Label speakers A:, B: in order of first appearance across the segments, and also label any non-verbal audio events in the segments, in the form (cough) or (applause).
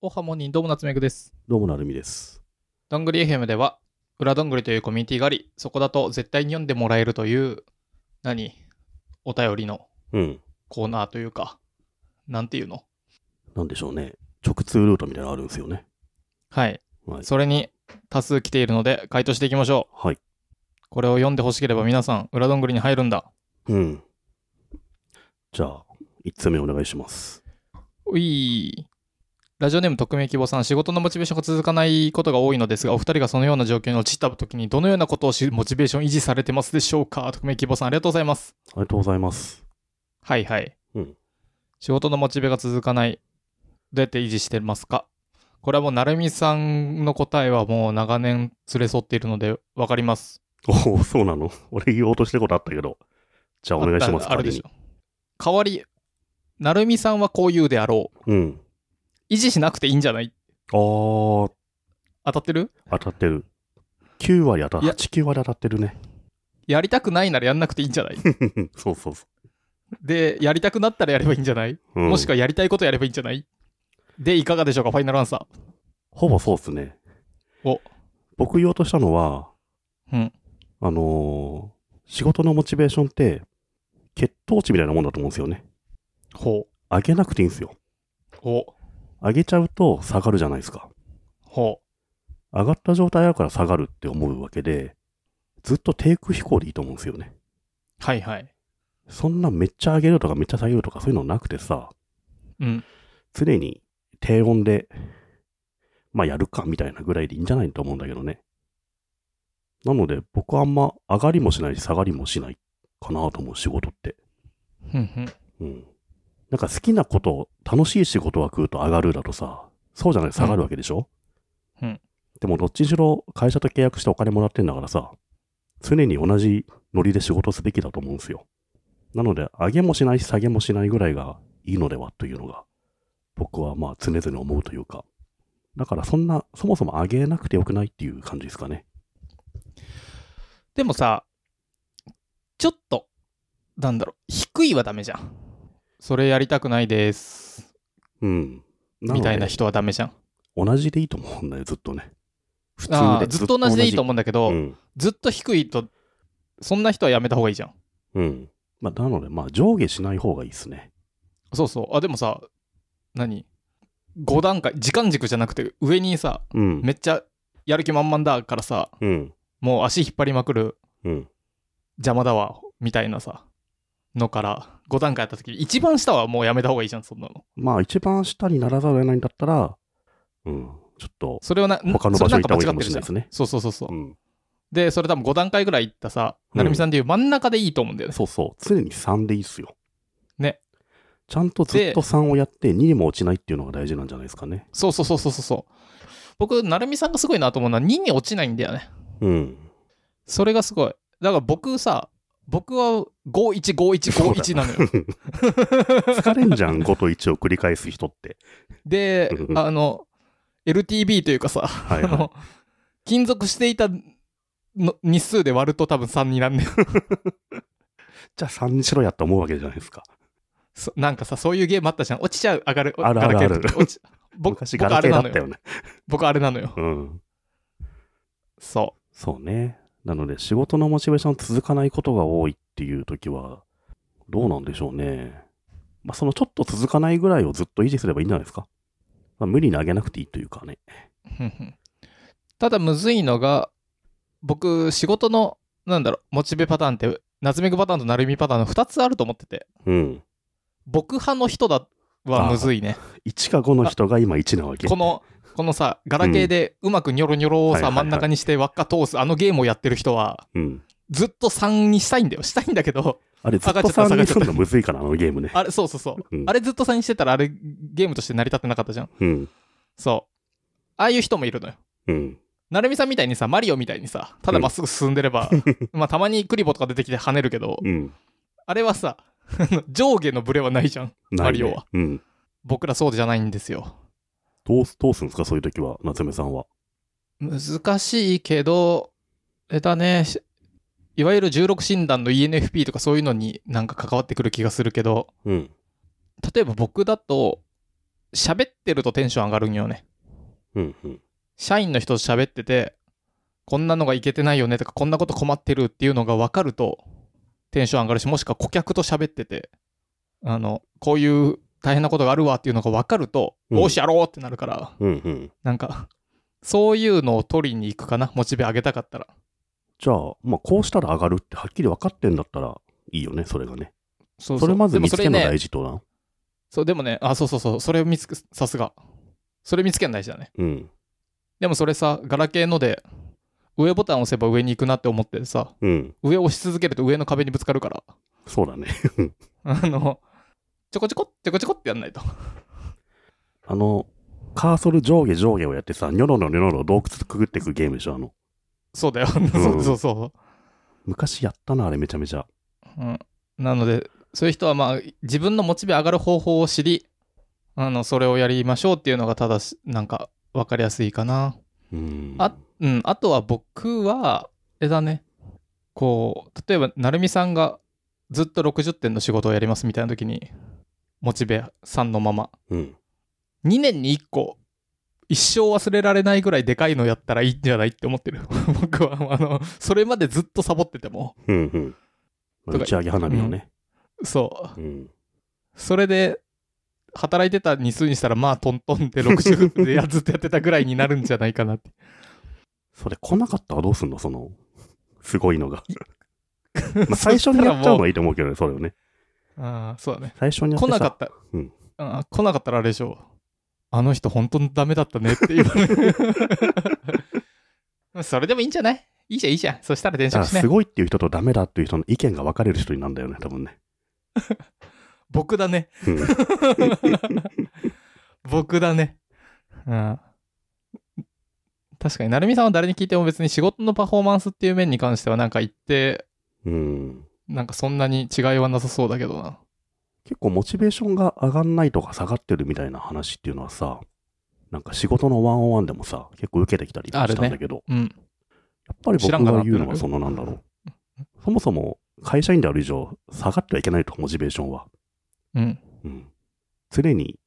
A: おはもにどうも夏目くです。
B: どうもなるみです。
A: どんぐり FM では、裏どんぐりというコミュニティがあり、そこだと絶対に読んでもらえるという、何お便りの
B: うん。
A: コーナーというか、なんていうの
B: なんでしょうね。直通ルートみたいなのあるんですよね。
A: はい。
B: はい。
A: それに多数来ているので、回答していきましょう。
B: はい。
A: これを読んでほしければ皆さん、裏どんぐりに入るんだ。
B: うん。じゃあ、1つ目お願いします。
A: ういラジオネーム匿名希望さん仕事のモチベーションが続かないことが多いのですがお二人がそのような状況に陥った時にどのようなことをしモチベーションを維持されてますでしょうか匿名希望さんありがとうございます
B: ありがとうございます。
A: はいはい、
B: うん
A: 仕事のモチベが続かないどうやって維持してますかこれはもう成美さんの答えはもう長年連れ添っているので分かります
B: おお、そうなの俺言おうとしてることあったけど。じゃあお願いします。
A: ああるでし
B: 代
A: ょ代
B: わ
A: わり成美さんはこう言うであろう
B: りにうん。
A: 維持しなくていいんじゃない
B: あー、
A: 当たってる
B: 当たってる。9割当た
A: いや
B: 8、9割当たってるね。
A: やりたくないならやんなくていいんじゃない
B: (laughs) そうそうそ
A: で、やりたくなったらやればいいんじゃない、
B: う。うん
A: もしくはやりたいことやればいいんじゃないで、いかがでしょうか、ファイナルアンサ
B: ほぼそうっすね。
A: お
B: 僕言おうとしたのは、
A: ー。うん。
B: あのー仕事のモチベーションって、血糖値みたいなもんだと思うんですよね。
A: ほ
B: 上げなくていいんですよ。
A: う。ほう。
B: 上げちゃうと下がるじゃないですか。
A: ほ
B: 上がった状態だから下がるって思うわけで、ずっと低空飛行でいいと思うんですよね。
A: う。はいはい。
B: そんなめっちゃ上げるとかめっちゃ下げるとかそういうのなくてさ、
A: うん。
B: 常に低温で、まあやるかみたいなぐらいでいいんじゃないと思うんだけどね。なので僕はあんま上がりもしないし下がりもしないかなと思う仕事って。
A: ふんふん。
B: うん。なんか好きなことを、楽しい仕事は食うと上がるだとさ、そうじゃない下がるわけでしょ
A: うんうん
B: でもどっちにしろ会社と契約してお金もらってんだからさ、常に同じノリで仕事すべきだと思うんですよ。なので、上げもしないし下げもしないぐらいがいいのではというのが、僕はまあ常々思うというか。だからそんな、そもそも上げなくてよくないっていう感じですかね。
A: でもさ、ちょっと、なんだろう、低いはダメじゃん。それやりたくないです。
B: うん。ので
A: みたいな人はダメじゃん。
B: 同じでいいと思うんだよ、ずっとね。普
A: あーずっと同じでいいと思うんだけど、
B: うん。
A: ずっと低いと、そんな人はやめた方がいいじゃん。
B: うん。まあ、なので、まあ、上下しない方がいいですね。
A: そうそう。あ、でもさ、何 ?5 段階、時間軸じゃなくて、上にさ、
B: うん。
A: めっちゃやる気満々だからさ
B: うん。
A: もう足引っ張りまくる
B: うん。
A: 邪魔だわみたいなさのから5段階やった時一番下はもうやめた方がいいじゃんそんなの
B: まあ、一番下にならざるを得ないんだったら、うん。ちょっと、
A: それをな
B: 他の場所
A: それな
B: 行
A: ん
B: っ
A: か
B: た方がいい
A: 間違
B: か
A: っ
B: も
A: て
B: し
A: る
B: れ
A: じ
B: な
A: ゃ
B: い
A: ん
B: ですね。
A: そうそうそうそう、
B: うん。
A: でそれ多分5段階ぐらい行ったさ
B: うん
A: 成美さんでいう真ん中でいいと思うんだよね、
B: そうそう。常に3でいいっすよ。
A: ね。
B: ちゃんとずっと3をやって、2にも落ちないっていうのが大事なんじゃないですかね。
A: そうそうそうそうそうそう僕成美さんがすごいなと思うのは2に落ちないんだよね
B: うん。
A: それがすごいだから僕さ僕は515151なのよ
B: 疲れんじゃん、5と1を繰り返す人って。
A: であの LTB というかさ
B: は
A: (laughs)
B: い、
A: あ
B: はい。
A: の、勤続していたの日数で割ると多分3になんねん。
B: じゃあ3にしろやと思うわけじゃないですか。
A: そなんかさ、そういうゲームあったじゃん。落ちちゃう、上がる。
B: あるある
A: ガラケーの時
B: あ
A: 落ち僕
B: 昔ガ
A: 僕
B: ラ
A: あ
B: ケ
A: れ
B: ー
A: なの
B: だった
A: よ。
B: よね。
A: 僕あれなのよ。
B: うん。
A: そ
B: そうね。なので仕事のモチベーション続かないことが多いっていう時は、どうなんでしょうね。まあそのちょっと続かないぐらいをずっと維持すればいいんじゃないですか。まあ、無理に上げなくていいというかね。
A: うふんふん。ただ、むずいのが、僕、仕事の、なんだろう、モチベパターンって、夏目くパターンとなるみパターンの2つあると思ってて、
B: うん。
A: 僕派の人だはむずいね。
B: 1か5の人が今1なわけ。
A: この、このさ、ガラケーでうまくニョロニョロを
B: はいは
A: さ、
B: いは
A: 真
B: い
A: ん中にして輪っか通す、あのゲームをやってる人は、
B: うん。
A: ずっと3にしたいんだよ。したいんだけど、
B: あれず
A: 下
B: っと
A: がっちゃった
B: 3にするのむずいから、あのゲームね。
A: あれ、そうそうそう。
B: うん
A: あれずっと3にしてたら、あれゲームとして成り立ってなかったじゃん。
B: うん。
A: そう。ああいう人もいるのよ。
B: うん。
A: なるみさんみたいにさ、マリオみたいにさ、ただまっすぐ進んでれ
B: (laughs)
A: ば、まあたまにクリボーとか出てきて跳ねるけど、
B: うん。
A: あれはさ、あの上下のブレはないじゃん。
B: ないね
A: マリオは。
B: うん。
A: 僕らそうじゃないんですよ。
B: どうす、どうすんですか、そういう時は、夏目さんは。
A: 難しいけど、えだね、しいわゆる16診断の ENFP とかそういうのになんか関わってくる気がするけど、
B: うん。
A: 例えば僕だと喋ってるとテンション上がるんよね。
B: うんうん。
A: 社員の人と喋ってて、こんなのがいけてないよねとか、こんなこと困ってるっていうのが分かると、テンション上がるし、もしくは顧客と喋ってて、あの、こういう大変なことがあるわっていうのが分かると、
B: うん
A: よし、やろうってなるから、
B: うんうん。
A: なんか、そういうのを取りに行くかな、モチベ上げたかったら。
B: じゃあ、まあ、こうしたら上がるってはっきり分かってんだったらいいよね、それがね。
A: そ
B: そう
A: そう
B: れまず
A: でも
B: 見つ
A: そ
B: ける
A: れ
B: の
A: ね
B: 大事とな。
A: そう、でもね、あ、そうそうそう、それを見つけ、さすが。それ見つけるの大事だね。
B: うん。
A: でもそれさ、ガラケーので、上ボタン押せば上に行くなって思ってさ、
B: うん。
A: 上押し続けると上の壁にぶつかるから、
B: そ
A: (laughs)
B: うだね。
A: あの、ちょこちょこ、ちょこちょこってやんないと。
B: あの、カーソル上下上下をやってさ、ニョロニョロニョロ洞窟くぐってくゲームでしょ、あの。
A: そうだよ。そうそうそ
B: 昔やったな、あれめちゃめちゃ。
A: う。うん、なので、そういう人はまあ、自分のモチベ上がる方法を知り、あの、それをやりましょうっていうのが、ただし、なんか、わかりやすいかな。
B: うん。
A: あうん、あとは僕は、あれだね、こう、例えば、成美さんがずっと60点の仕事をやりますみたいな時に、モチベ3のまま、
B: うん。
A: 2年に1個、一生忘れられないぐらいでかいのやったらいいんじゃないって思ってる。 (laughs) 僕は、あの、それまでずっとサボってても、
B: うんうん。まあ
A: とか
B: 打ち上げ花火をね。
A: そう、
B: うん。
A: それで、働いてた日数にしたら、まあ、トントンで60でやずっとやってたぐらいになるんじゃないかなって。
B: それ来なかったらどうすんのその、すごい
A: (laughs)
B: のが。まあ最初にやっちゃうのはいいと思うけどね、それをね。
A: ああ、そうだね。
B: 最初にやって
A: 来
B: さ
A: なかった、
B: うん
A: あ来なかったらあれでしょうあの人本当にダメだったねって言われる (laughs) それでもいいんじゃないいいじゃんいいじゃんそしたら転職
B: あ
A: しね
B: すごいっていう人とダメだっていう人の意見が分かれる人になるんだよね、多分ね。
A: 僕だね
B: うん
A: (laughs) 僕だねうん確かに成美さんは誰に聞いても別に仕事のパフォーマンスっていう面に関してはなんか言って
B: うん。
A: なんかそんなに違いはなさそうだけどな
B: 結構モチベーションが上がんないとか下がってるみたいな話っていうのはさ、なんか仕事のワンオンワンでもさ、結構受けてきたりした
A: あるね
B: んだけど、
A: うん
B: やっぱり
A: 知
B: 僕
A: らんかな
B: が
A: って
B: 言
A: いうの
B: うの
A: が
B: はそのなんだろう。そもそも会社員である以上、下がってはいけないと、モチベーションは。
A: うん
B: うん。常に、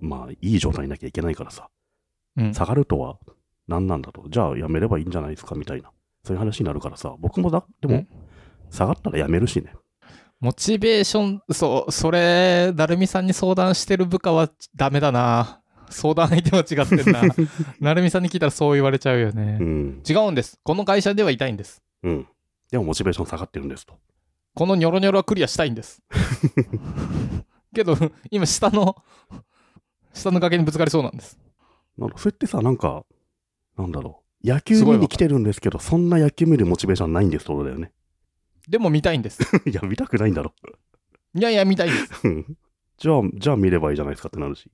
B: まあ、いい状態になきゃいけないからさ、
A: うん
B: 下がるとは何なんだと、じゃあやめればいいんじゃないですかみたいな、そういう話になるからさ、僕もだ、で
A: う
B: も
A: ん、
B: 下がったらやめるしね。
A: モチベーション、そう、それ、だるみさんに相談してる部下はダメだな。相談相手は違ってんな。なるみさんに聞いたらそう言われちゃうよね。
B: うん。
A: 違うんです。この会社ではいたいんです。
B: うん。でもモチベーション下がってるんですと。
A: このニョロニョロはクリアしたいんです。けど、今、下の、下の崖にぶつかりそうなんです。
B: なんだそれってさ、なんか、なんだろう。野球見に来てるんですけど、そんな野球見るモチベーションないんですってことだよね。
A: (laughs) でも見たいんです。
B: いや、見たくないんだろ。 (laughs)
A: いやいや、見たいんです。
B: うんじゃあ、じゃあ見ればいいじゃないですかってなるし。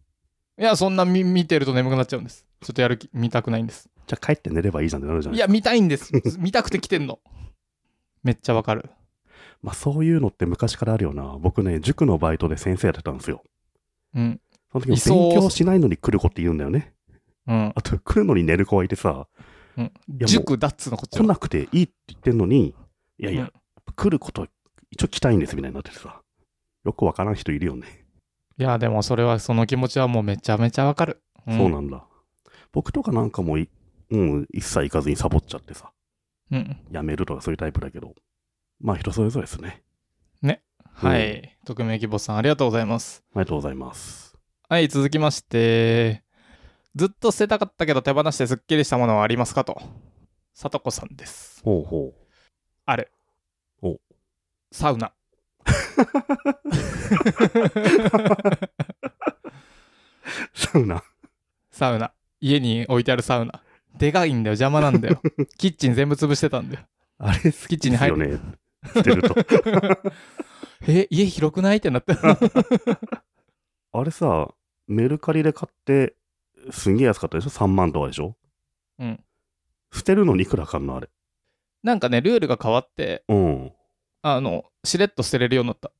A: いや、そんな見見てると眠くなっちゃうんです。ちょっとやる気、見たくないんです。
B: じゃあ帰って寝ればいいじゃんってなるじゃないいです
A: や、
B: か。
A: 見たいんです。見たくて来てんの。めっちゃわかる。
B: まあそういうのって昔からあるよな。僕ね、塾のバイトで先生やってたんですよ。
A: うん。
B: その時も
A: いそう
B: 勉強しないのに来る子って言うんだよね。
A: うん。
B: あと、来るのに寝る子がいてさ、
A: うん
B: もう
A: 塾だっつうのこっち
B: 来
A: は
B: なくていいって言ってんのに、いやいや、
A: う
B: や
A: ん
B: っぱ来ること一応来たいんですみたいになっててさ。よくわからん人いるよね。
A: いや、でもそれは、その気持ちはもうめちゃめちゃわかる。ん
B: そうなんだ。僕とかなんかもうい、うん、一切行かずにサボっちゃってさ、
A: うん。
B: やめるとかそういうタイプだけど、まあ人それぞれですね。
A: はい。匿名希望さん、ありがとうございます。
B: ありがとうございます。
A: はい、続きまして、ずっと捨てたかったけど手放してすっきりしたものはありますかと。さとこさんです。
B: ほうほ
A: あれ。
B: お
A: サウナ。
B: う。サウナ。
A: サウナ。家に置いてあるサウナ。でかいんだよ、邪魔なんだよ。キッチン全部潰してたんだよ。
B: あれ好
A: キッチンに
B: きです
A: 入
B: よ
A: る。
B: ね。捨て
A: (laughs)
B: ると。
A: え、家広くないってなって。
B: あれさ、メルカリで買って、すんげえ安かったでしょ ?3 万とかでしょ
A: うん。
B: 捨てるのにいくらかんのあれ。
A: なんかね、ルールが変わって、
B: うん。
A: あの、しれっと捨てれるようになった。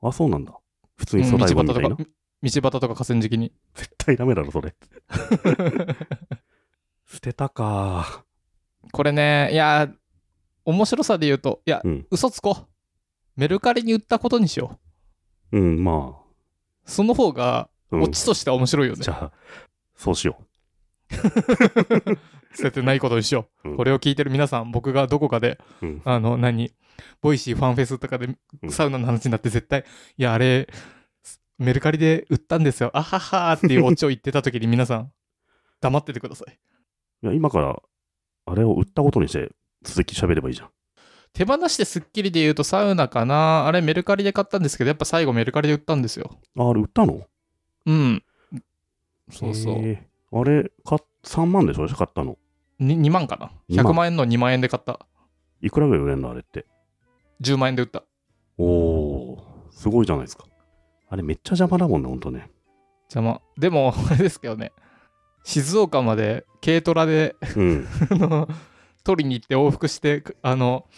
B: あ、そうなんだ。普通
A: うん
B: に粗
A: 道
B: 大ゴ
A: 端
B: ミ
A: と
B: みたい
A: か、
B: な。
A: 道
B: 絶
A: 端とか河川敷に。
B: 対ダメだろ、
A: (laughs)
B: それ。捨てたか
A: これね、いやー、面白さで言うと、いや、
B: うん
A: 嘘つこう。メルカリに売ったことにしよ
B: うん、ま
A: う。その方が、
B: うん
A: オチとしては面白いよね
B: じ。ゃあ、そうしよ
A: (laughs) 捨ててないことにしよう。
B: うん
A: これを聞いてる皆さん、僕がどこかで、
B: う。うん。
A: あの、何、ボイシーファンフェスとかで
B: うん
A: サウナの話になって絶対、いや、あれ、メルカリで売ったんですよ。あははーっていうオチを言ってた時に皆さん、黙っててください。
B: いや今から、あれを売ったことにして、続き喋ればいいじゃん。
A: 手放してスッキリで言うとサウナかな。あれ、メルカリで買ったんですけど、やっぱ最後メルカリで売ったんですよ。
B: ああれ売ったの
A: うん。そうそう。
B: へーあれ、か3万でしょ買ったの。
A: に2万かな。100万円の2万円で買った。
B: いくらぐらい売れるのあれって。
A: 10万円で売った。
B: おおすごいじゃないですか。あれめっちゃ邪魔だもんね、ほんとね。
A: 邪魔。でも、あれですけどね。静岡まで軽トラで (laughs)
B: うん。
A: あの取りに行って往復してあの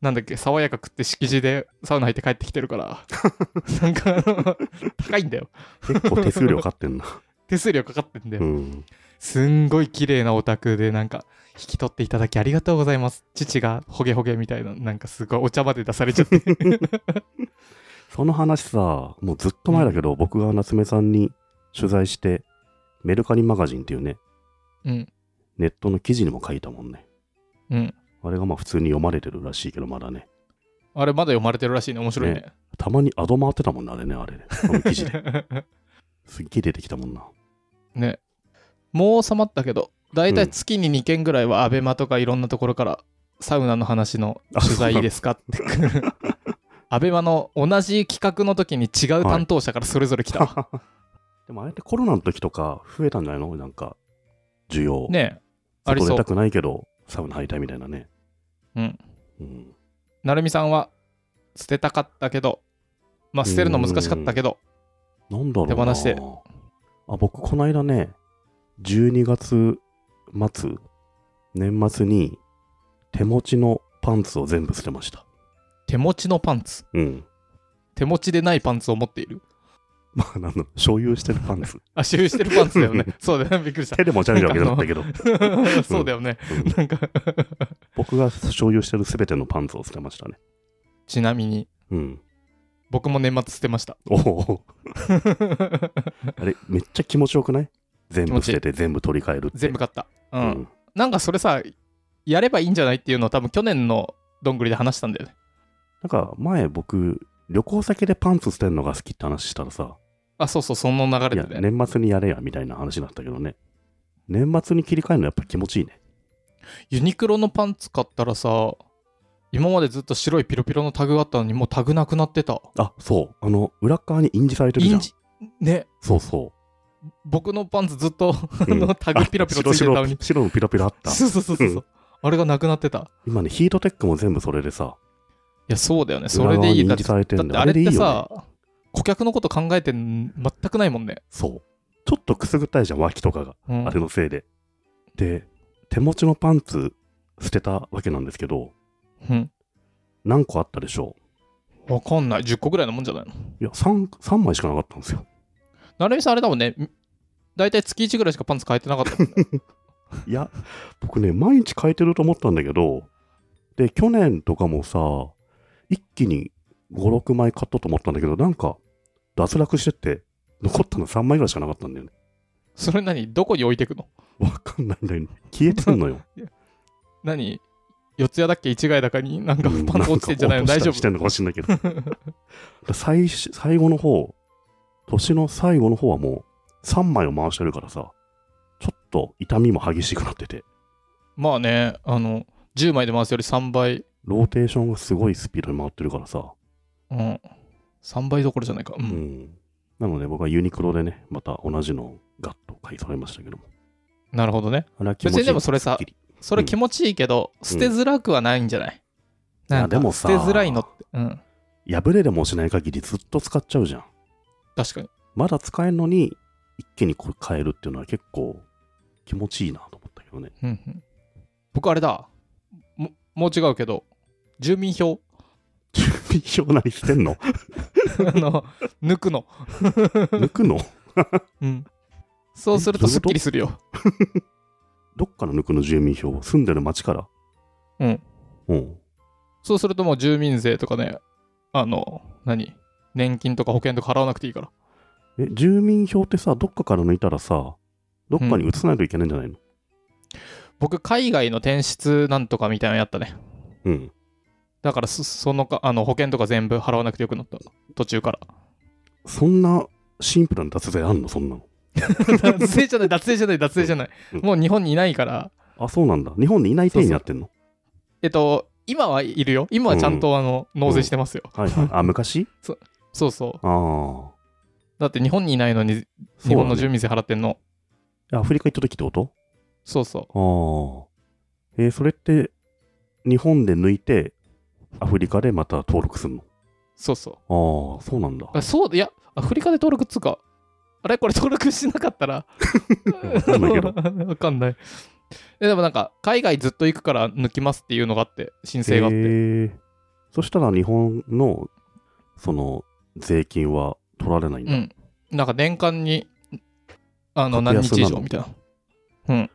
A: なんだっけ爽やか食って敷地でサウナ入って帰ってきてるから (laughs) なんかあの高いんだよ
B: 結構手数料かかっ
A: (laughs)
B: てんな。
A: 手数料かかってんだよ、
B: うん。
A: すんごい綺麗なお宅でなんか引き取っていただきありがとうございます父がホゲホゲみたいななんかすごいお茶まで出されちゃって
B: その話さ、もうずっと前だけど、僕が夏目さんに取材して、メルカリマガジンっていうね、
A: (laughs) うん
B: ネットの記事にも書いたもんね。
A: うん
B: あれがまあ普通に読まれてるらしいけど、まだね。
A: あれまだ読まれてるらしいね面白いね
B: たまにアド回ってたもんな、あれね、あれね。あの
A: (laughs)
B: 記事で。すっげえ出てきたもんな。
A: ねもう収まったけど大体月に2件ぐらいはアベマとかいろんなところからサウナの話の取材いいですかってくるアベマの同じ企画の時に違う担当者からそれぞれ来たわ、
B: (laughs) でもあれってコロナの時とか増えたんじゃないのなんか、需要。
A: ねえありそ
B: 外出
A: う
B: たくないけど、サウナ入りたいみたいなね。
A: うん
B: うん。
A: なるみさんは捨てたかったけどまあ捨てるの難しかったけど
B: なんだろうな。
A: 手放して
B: あ、僕、この間ね、12月末、年末に、手持ちのパンツを全部捨てました。
A: 手持ちのパンツ
B: うん。 (laughs)
A: 手持ちでないパンツを持っている
B: まあ、あの、所有してるパン
A: (laughs)
B: ツ。
A: あ所有してるパンツだ
B: (laughs)
A: よねそうだよねびっくりした
B: 手で持ち歩いてるわけだったけど、
A: (laughs) そうだよね
B: うん
A: なんか (laughs)
B: 僕が所有してるすべてのパンツを捨てましたね。
A: ちなみに
B: うん。
A: 僕も年末捨てました (laughs)
B: おお。あれ、めっちゃ気持ちよくない全部捨てて、全部取り替えるって。
A: 全部買った
B: う
A: うん
B: ん。
A: なんかそれさ、やればいいんじゃないっていうのを多分去年のどんぐりで話したんだよね。
B: なんか、前、僕、旅行先でパンツ捨てるのが好きって話したらさ、
A: あ、そうそう、その流
B: い
A: れ
B: や、
A: でね。
B: 年末にやれや、みたいな話だったけどね。年末に切り替えるのやっぱ気持ちいいね。
A: ユニクロのパンツ買ったらさ、今までずっと白いピロピロのタグがあったのにもうタグなくなってた。
B: あ、そう。あの、裏側に印字されてるじゃん。
A: 印字ね、
B: そうそ
A: 僕のパンツずっとあ
B: う。うん
A: のタグピロピロついてたの
B: あ白
A: に
B: 白。白のピロピロあった。
A: そうそうそうそう。
B: う
A: あれがなくなってた。い
B: 今ね、ヒートテックも全部それでさ、
A: や、そうだよね。それでいい。
B: 裏側に
A: だっ
B: 印
A: て
B: 字されて
A: だ
B: る
A: っ
B: ん
A: て
B: だよ。
A: あ
B: あ
A: れ
B: れ
A: っ
B: でい
A: て
B: いよ、ね。
A: さ、顧客のこと考えてん全くないもんね。
B: そう。ちょっとくすぐったいじゃん、脇とかが。
A: うん
B: あれのせいで。で、手持ちのパンツ捨てたわけなんですけど、
A: うん。
B: 何個あったでしょ
A: わかんない。10個ぐらいのもんじゃないの
B: ういや3、三枚しかなかったんですよ。
A: なるみさんあれだもんね。大体月1ぐらいしかパンツ変えてな
B: (laughs)
A: かったもんね。
B: いや、僕ね、毎日変えてると思ったんだけど、で、去年とかもさ、一気に5、6枚買ったと思ったんだけど、なんか、脱落してって、残ったの3枚ぐらいしかなかったんだよね。
A: それ何どこに置いてくの
B: わかんないんだよね。消えてんのよ。
A: 何四谷だっけ一概だかになんか
B: うん
A: パンツ落ちてんじゃないの
B: な
A: 大
B: んか
A: 丈
B: 落としたりして
A: 夫
B: んのかもしんないけど。だから最し最後の方、年の最後の方はもう3枚を回してるからさ、ちょっと痛みも激しくなってて、
A: まあね、あの、10枚で回すより3倍、
B: ローテーションがすごいスピードに回ってるからさ、
A: うん、3倍どころじゃないか。う。
B: うんん。なので僕はユニクロでね、また同じのをガッと買い揃えましたけども。
A: なるほどね。
B: あれは気持ちいい
A: 別にでもそれ
B: すっ
A: さ
B: き、り
A: それ気持ちいいけど、捨てづらくはないんじゃないなんか
B: いやでもさ
A: 捨てづらいのって。うん。
B: 破れでもしない限りずっと使っちゃうじゃん。
A: 確かに。
B: まだ使えるのに、一気にこれ買えるっていうのは結構気持ちいいなと思った
A: (laughs)
B: けどね。
A: うんうん、僕あれだも。もう違うけど、住民票、 (laughs)
B: 準備表何してんの
A: あの、抜くの。
B: 抜くの
A: うん。そうすると
B: えどうい
A: す
B: う
A: っ
B: こと
A: きりするよ。
B: どっから抜くの住民票住んでる町から
A: うん。
B: うん。
A: そうするともう住民税とかね、あの、何年金とか保険とか払わなくていいから。
B: え、住民票ってさ、どっかから抜いたらさ、どっかに移さないといけないんじゃないの
A: 僕、海外の転出なんとかみたいなのやったね。
B: うん。
A: だからそ、そのか、あの、保険とか全部払わなくてよくなった。途中から。
B: そんなシンプルな脱税あんのそんなの。
A: (laughs) 脱税じゃない、脱税じゃない、脱税じゃない。
B: うん
A: もう日本にいないから、
B: あ、そうなんだ。日本にいない体になってんの
A: えっと、今はいるよ。今はちゃんと、あの、納税してますよ。
B: はいはい。
A: (laughs)
B: あ、昔
A: そうそう。
B: ああ。そ
A: だって日本にいないのに、
B: う
A: 日本の
B: だね
A: 住民税払ってんの。
B: アフリカ行った時ってこと
A: そうそ
B: ああ。えーそれって、日本で抜いて、アフリカでまた登録するの
A: う。そうそう。
B: ああ、そうなんだ。
A: あそう、いや、アフリカで登録っつうか、あれこれ登録しなかったら。
B: わかんないけど
A: (laughs) わかんない。えでもなんか、海外ずっと行くから抜きますっていうのがあって、申請があって。
B: えーそしたら日本の、その、税金は取られないんだ。
A: うん。なんか年間に、あの、
B: 格安
A: 何日以
B: な
A: 上
B: の
A: みたいな。うん。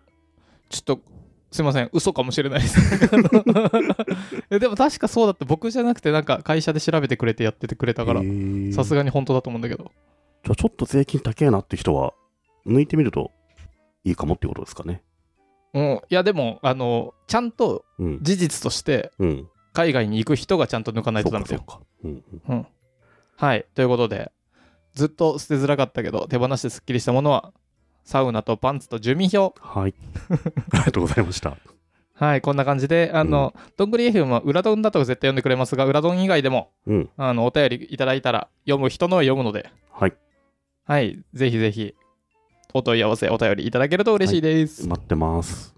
A: ちょっと、すいません、嘘かもしれないです。 (laughs) えでも確かそうだって、僕じゃなくて、なんか会社で調べてくれてやっててくれたから
B: え、ー
A: さすがに本当だと思うんだけど。
B: じゃあちょっと税金高えなって人は、抜いてみるといいかもってことですかね。
A: うん、いや、でも、あの、ちゃんと
B: うん。
A: 事実として、
B: うん。
A: 海外に行く人がちゃんと抜かないと
B: そ
A: ダ
B: う
A: メ
B: か
A: だ
B: そう
A: よ。
B: か。うんうん
A: はい。ということで、ずっと捨てづらかったけど、手放してすっきりしたものは、サウナとパンツと住民票。
B: はい。 (laughs) ありがとうございました。
A: はい、こんな感じで、あの、どんぐり FM は裏どんだと絶対読んでくれますが、裏どん以外でも、
B: うん。
A: あの、お便りいただいたら、読む人のは読むので、
B: はい。
A: はい、ぜひぜひ、お問い合わせ、お便りいただけると嬉しいです。
B: 待ってます。